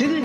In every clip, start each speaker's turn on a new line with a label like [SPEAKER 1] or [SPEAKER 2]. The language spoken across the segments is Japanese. [SPEAKER 1] 役立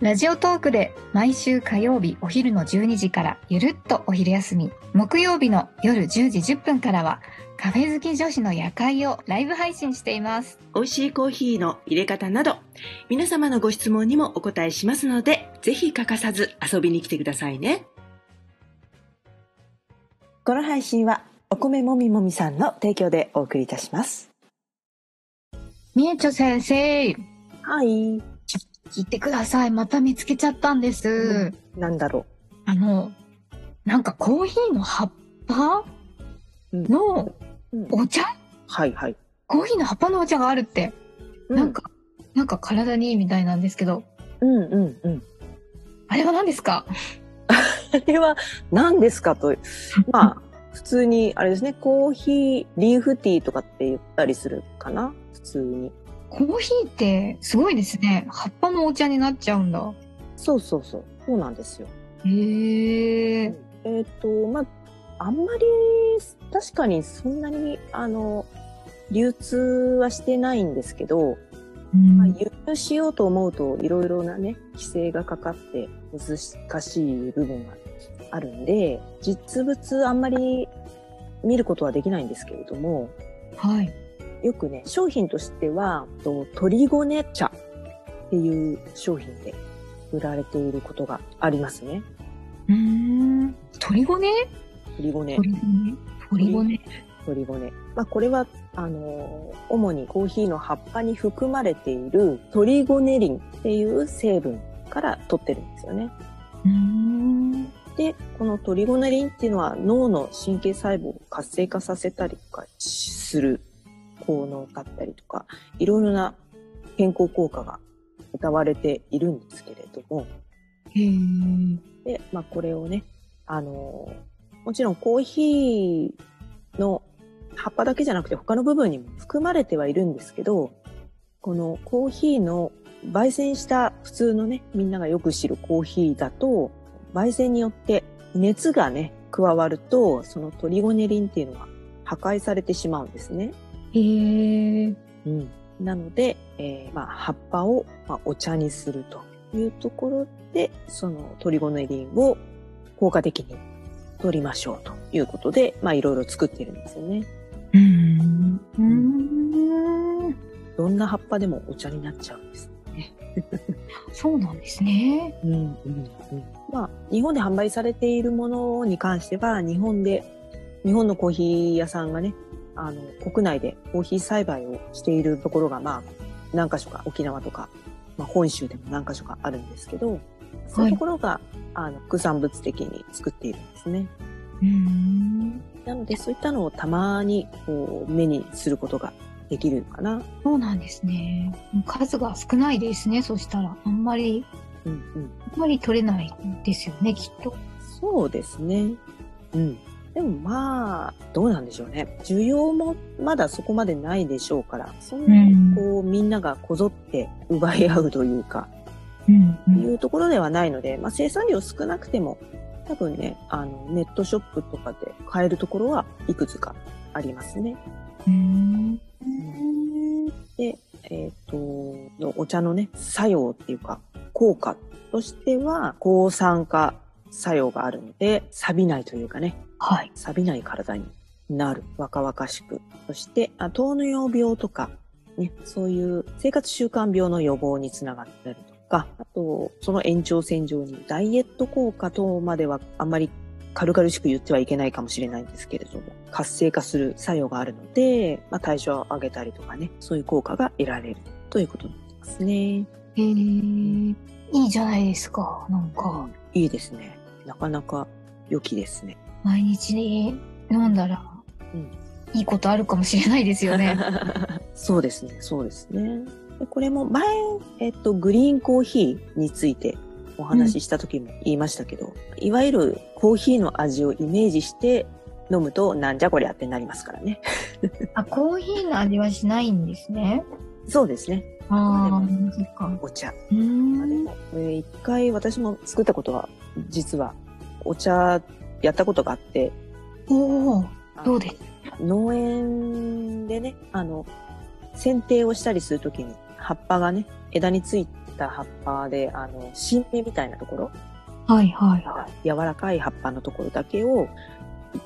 [SPEAKER 2] ラジオトークで毎週火曜日お昼の12時からゆるっとお昼休み、木曜日の夜10時10分からはカフェ好き女子の夜会をライブ配信しています。
[SPEAKER 1] 美味しいコーヒーの入れ方など皆様のご質問にもお答えしますのでぜひ欠かさず遊びに来てくださいねこの配信はお米もみもみさんの提供でお送りいたします
[SPEAKER 2] みえちょ先生、
[SPEAKER 1] はい
[SPEAKER 2] 聞いてください。また見つけちゃったんです。
[SPEAKER 1] うなんだろ
[SPEAKER 2] あの、なんかコーヒーの葉っぱ
[SPEAKER 1] うん
[SPEAKER 2] の
[SPEAKER 1] う、
[SPEAKER 2] お茶
[SPEAKER 1] はいはい
[SPEAKER 2] コーヒーの葉っぱのお茶があるって、なんか、なんか体にいいみたいなんですけど、
[SPEAKER 3] うんうんうん。
[SPEAKER 2] あれは何ですか
[SPEAKER 3] あれは何ですかと、まあ、普通に、あれですね、コーヒー、リーフティーとかって言ったりするかな普通に。
[SPEAKER 2] コーヒーってすごいですね。葉っぱのお茶になっちゃうんだ。
[SPEAKER 3] そうそうそう。そうなんですよ。
[SPEAKER 2] へえ。
[SPEAKER 3] えっ、と、まあ、あんまり、確かにそんなに、あの、流通はしてないんですけど、
[SPEAKER 2] うん
[SPEAKER 3] まあ、輸入しようと思うといろいろなね、規制がかかって難しい部分があるんで、実物あんまり見ることはできないんですけれども、
[SPEAKER 2] はい。
[SPEAKER 3] よくね、商品としては、と鳥ごね茶っていう商品で売られていることがありますね。
[SPEAKER 2] うーん。鳥ごね
[SPEAKER 3] 鳥ごね、
[SPEAKER 2] 鳥ごね鳥ごね。
[SPEAKER 3] 鳥ごね。まあこれは、あのー主にコーヒーの葉っぱに含まれている鳥ごねリンっていう成分から取ってるんですよね。
[SPEAKER 2] うーん。
[SPEAKER 3] で、このトリゴネリンっていうのは脳の神経細胞を活性化させたりとかする効能だったりとか、いろいろな健康効果が歌われているんですけれども、
[SPEAKER 2] へえ。
[SPEAKER 3] で、まあこれをね、あのーもちろんコーヒーの葉っぱだけじゃなくて他の部分にも含まれてはいるんですけど、このコーヒーの焙煎した普通のね、みんながよく知るコーヒーだと、焙煎によって熱がね、加わると、そのトリゴネリンっていうのは破壊されてしまうんですね。
[SPEAKER 2] へえ。
[SPEAKER 3] うん、なので、えーまあ、葉っぱを、まあ、お茶にするというところで、そのトリゴネリンを効果的に取りましょうということで、まあ、いろいろ作ってるんですよね。
[SPEAKER 2] うーん。うーん。
[SPEAKER 3] どんな葉っぱでもお茶になっちゃうんです。
[SPEAKER 2] そうなんですね。
[SPEAKER 3] うんうんうん、まあ、日本で販売されているものに関しては、日本で、日本のコーヒー屋さんがね、あの、国内でコーヒー栽培をしているところが、まあ、何箇所か、沖縄とか、まあ、本州でも何箇所かあるんですけど、そういうところが、あの、副産物的に作っているんですね。
[SPEAKER 2] うーん。
[SPEAKER 3] なので、そういったのをたまに、こう、目にすることができるかな。
[SPEAKER 2] そうなんですね。数が少ないですね。そしたら、あんまり、
[SPEAKER 3] うんうん。
[SPEAKER 2] あんまり取れないですよね、きっと。
[SPEAKER 3] そうですね。うん。でもまあ、どうなんでしょうね。需要もまだそこまでないでしょうから、そんなに
[SPEAKER 2] うん
[SPEAKER 3] こう、みんながこぞって奪い合うというか、
[SPEAKER 2] うん、う
[SPEAKER 3] いうところではないので、まあ生産量少なくても、多分ね、あの、ネットショップとかで買えるところはいくつかありますね。
[SPEAKER 2] うん。
[SPEAKER 3] で、えっ、と、お茶のね、作用っていうか、効果としては、抗酸化作用があるので、錆びないというかね、
[SPEAKER 2] はい。
[SPEAKER 3] 錆びない体になる。若々しく。そして、あ糖尿病とか、ね、そういう生活習慣病の予防につながったりとか、あと、その延長線上にダイエット効果等まではあんまり軽々しく言ってはいけないかもしれないんですけれども、活性化する作用があるので、まあ、代謝を上げたりとかね、そういう効果が得られるということになりますね。
[SPEAKER 2] えー、いいじゃないですか。なんか、
[SPEAKER 3] いいですね。なかなか良きですね。
[SPEAKER 2] 毎日飲んだら、
[SPEAKER 3] うん
[SPEAKER 2] いいことあるかもしれないですよ ね。
[SPEAKER 3] そうですね、そうですね。でこれも前、えっと、グリーンコーヒーについてお話しした時も言いましたけど、いわゆるコーヒーの味をイメージして飲むとなんじゃこりゃってなりますからね。
[SPEAKER 2] あ、コーヒーの味はしないんですね。
[SPEAKER 3] そうですね。
[SPEAKER 2] あ
[SPEAKER 3] で
[SPEAKER 2] あ、そっか。
[SPEAKER 3] お茶。
[SPEAKER 2] うー
[SPEAKER 3] まあで
[SPEAKER 2] ん。
[SPEAKER 3] も、これ一回私も作ったことは、実はお茶やったことがあって、
[SPEAKER 2] おお、どうです
[SPEAKER 3] 農園でね、あの、剪定をしたりするときに、葉っぱがね、枝についた葉っぱで、あの、新芽みたいなところ、
[SPEAKER 2] はいはいはい。
[SPEAKER 3] 柔らかい葉っぱのところだけを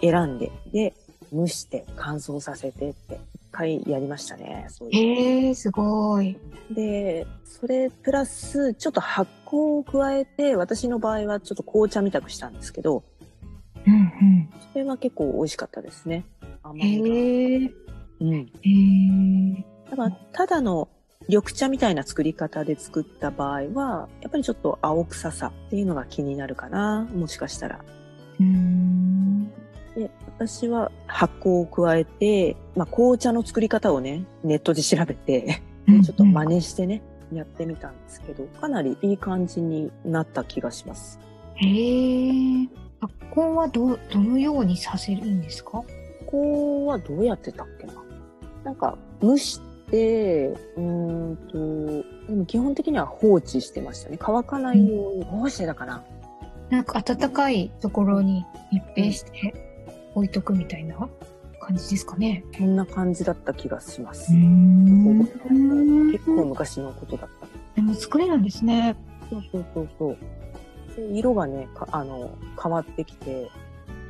[SPEAKER 3] 選んで、で、蒸して乾燥させてって、一回やりましたね。そういう
[SPEAKER 2] へえー、すごい。
[SPEAKER 3] で、それプラス、ちょっと発酵を加えて、私の場合はちょっと紅茶みたくしたんですけど、
[SPEAKER 2] うん
[SPEAKER 3] それは結構美味しかったですね。甘
[SPEAKER 2] うん。
[SPEAKER 3] みが
[SPEAKER 2] へえー。
[SPEAKER 3] うん。
[SPEAKER 2] へえ。
[SPEAKER 3] だからただの緑茶みたいな作り方で作った場合は、やっぱりちょっと青臭さっていうのが気になるかな。もしかしたら。
[SPEAKER 2] うーん。
[SPEAKER 3] で、私は発酵を加えて、まあ紅茶の作り方をね、ネットで調べて、ちょっと真似してね、やってみたんですけど、かなりいい感じになった気がします。
[SPEAKER 2] へえ。発酵はどうどのようにさせるんですか？
[SPEAKER 3] ここはどうやってたっけななんか蒸して、うーんと、でも基本的には放置してましたね。乾かないように。どうしてたかな
[SPEAKER 2] なんか暖かいところに密閉して置いとくみたいな感じですかね。
[SPEAKER 3] こんな感じだった気がします。
[SPEAKER 2] ん
[SPEAKER 3] 結構昔のことだった。
[SPEAKER 2] でも作れるんですね。
[SPEAKER 3] そうそうそうそう。で色がねかあの、変わってきて、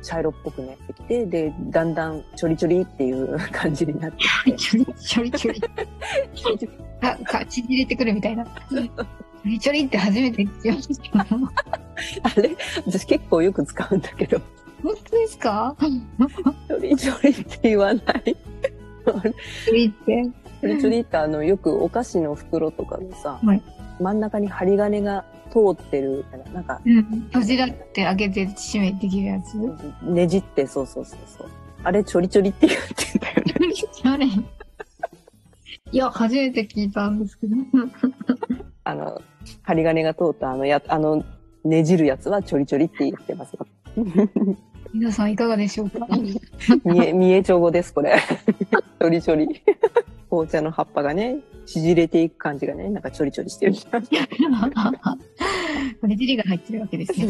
[SPEAKER 3] 茶色っぽくなってきて、で、だんだんちょりちょりっていう 感じになってきて。
[SPEAKER 2] ちょりちょりちょり。あ、か、ちぎれてくるみたいな。ちょりちょりって初めて聞きました。
[SPEAKER 3] あれ私結構よく使うんだけど。
[SPEAKER 2] 本当ですか
[SPEAKER 3] ちょりちょりって言わない
[SPEAKER 2] ちょりって。
[SPEAKER 3] チョリってあの、よくお菓子の袋とかのさ、
[SPEAKER 2] はい
[SPEAKER 3] 真ん中に針金が通ってるみたいな、なんか、
[SPEAKER 2] うん。閉じらって開けて閉めてきるや つ。
[SPEAKER 3] ねじって、そうそうそうそう。あれ、ちょりちょりって言ってんだよね。
[SPEAKER 2] あれいや、初めて聞いたんですけど。
[SPEAKER 3] あの、針金が通ったあのや、あの、ねじるやつはちょりちょりって言ってます。
[SPEAKER 2] 皆さんいかがでしょう か
[SPEAKER 3] 見え、見え帳語です、これ。 ちょりちょり。紅茶の葉っぱがね、縮れていく感じがね、なんかちょりちょりしてる。
[SPEAKER 2] ねじりが入ってるわけですね。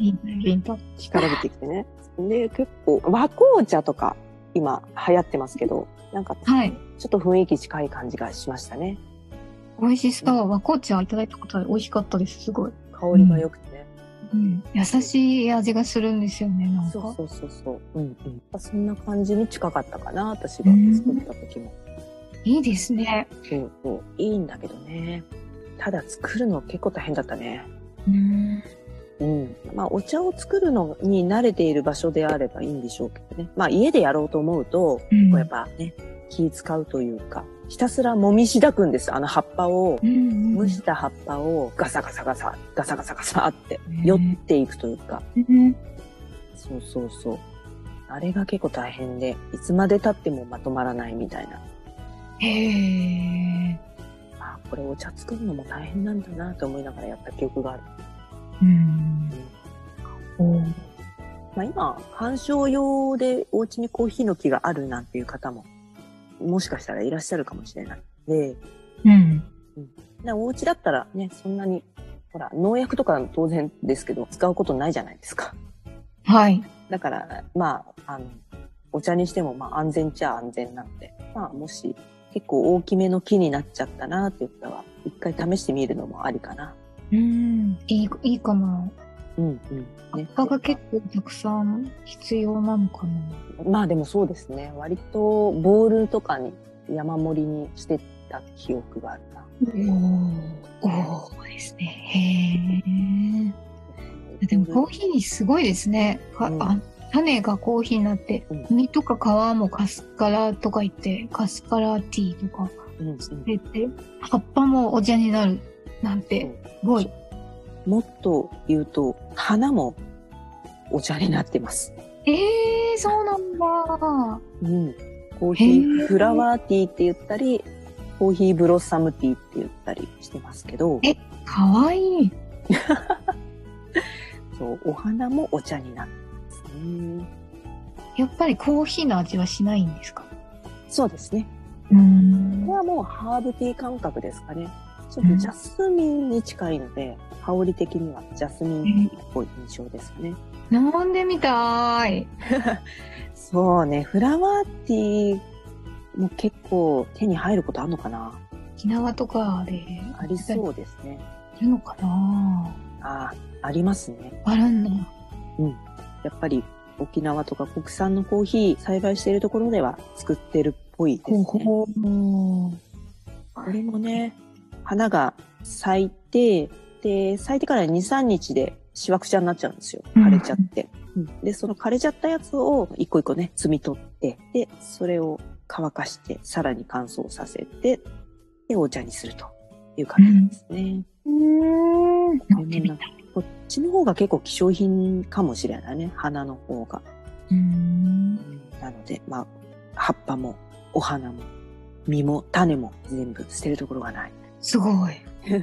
[SPEAKER 2] リンとリンと。
[SPEAKER 3] 干からびてきてね。で、結構、和紅茶とか、今流行ってますけど、なんか、
[SPEAKER 2] はい。
[SPEAKER 3] ちょっと雰囲気近い感じがしましたね。
[SPEAKER 2] 美味しそう。和紅茶いただいたことある。美味しかったです。すごい。
[SPEAKER 3] 香りが良くてね。
[SPEAKER 2] うん。優しい味がするんですよね。なん
[SPEAKER 3] そう
[SPEAKER 2] か。
[SPEAKER 3] そうそうそう。うんうん。そんな感じに近かったかな、私が作った時も。
[SPEAKER 2] いいですね。
[SPEAKER 3] そうそう。いいんだけどね。ただ作るの結構大変だったね。
[SPEAKER 2] うん。
[SPEAKER 3] うん。まあ、お茶を作るのに慣れている場所であればいいんでしょうけどね。まあ、家でやろうと思うと、こうやっぱね、気使うというか、ひたすら揉みしだくんです。あの葉っぱを
[SPEAKER 2] う。ん。
[SPEAKER 3] 蒸した葉っぱをガサガサガサ、ガサガサガサって、寄っていくというか。
[SPEAKER 2] うん。
[SPEAKER 3] そうそうそう。あれが結構大変で、いつまで経ってもまとまらないみたいな。
[SPEAKER 2] へえ。
[SPEAKER 3] あ、これお茶作るのも大変なんだなと思いながらやった記憶がある。
[SPEAKER 2] うん。おー
[SPEAKER 3] まあ今、観賞用でお家にコーヒーの木があるなんていう方も、もしかしたらいらっしゃるかもしれない。で、
[SPEAKER 2] うん。
[SPEAKER 3] でお家だったらね、そんなに、ほら、農薬とか当然ですけど、使うことないじゃないですか。
[SPEAKER 2] はい。
[SPEAKER 3] だから、まあ、あの、お茶にしても、まあ、安全っちゃ安全なんで、まあ、もし、結構大きめの木になっちゃったなって言ったら、一回試してみるのもありかな。
[SPEAKER 2] うん。いい、いいかも。
[SPEAKER 3] うん、うん。
[SPEAKER 2] 葉っぱが結構たくさん必要なのかな。
[SPEAKER 3] まあ、でもそうですね。割と、ボールとかに、山盛りにしてた記憶があるな。
[SPEAKER 2] おおーですね。へえ。でもコーヒーすごいですね。か
[SPEAKER 3] うん
[SPEAKER 2] あ種がコーヒーになって、
[SPEAKER 3] うん
[SPEAKER 2] 実とか皮もカスカラとか言って、カスカラティーとか
[SPEAKER 3] うんうん
[SPEAKER 2] 出て、葉っぱもお茶になるなんて、すごい。
[SPEAKER 3] もっと言うと、花もお茶になってます。
[SPEAKER 2] ええー、そうなんだ。
[SPEAKER 3] うん。コーヒ
[SPEAKER 2] へ
[SPEAKER 3] ー
[SPEAKER 2] ー
[SPEAKER 3] フラワーティーって言ったり、コーヒーブロッサムティーって言ったりしてますけど、
[SPEAKER 2] えかわいい。
[SPEAKER 3] そう、お花もお茶になってますね。
[SPEAKER 2] やっぱりコーヒーの味はしないんですか
[SPEAKER 3] そうですね。
[SPEAKER 2] うーん
[SPEAKER 3] これはもうハーブティー感覚ですかね。ちょっとジャスミンに近いので、香り的にはジャスミンっぽい印象ですかね。
[SPEAKER 2] 飲んでみたーい。
[SPEAKER 3] そうね、フラワーティーも結構手に入ることあるのかな
[SPEAKER 2] 沖縄とかで
[SPEAKER 3] ありそうですね。
[SPEAKER 2] いるのかな
[SPEAKER 3] ああ、ありますね。
[SPEAKER 2] あるんだ。
[SPEAKER 3] やっぱり沖縄とか国産のコーヒー栽培しているところでは作ってるっぽいですね。
[SPEAKER 2] ほう。
[SPEAKER 3] これもね、花が咲いて、で、咲いてから2、3日でしわくちゃになっちゃうんですよ。
[SPEAKER 2] うん
[SPEAKER 3] 枯れちゃって。で、その枯れちゃったやつを一個一個ね、摘み取って、で、それを乾かして、さらに乾燥させて、で、お茶にするという感じですね。
[SPEAKER 2] うん。飲んでみた。
[SPEAKER 3] こっちの方が結構希少品かもしれないね。花の方が。
[SPEAKER 2] うーん。
[SPEAKER 3] なので、まあ、葉っぱも、お花も、実も、種も、全部捨てるところがない。
[SPEAKER 2] すごい。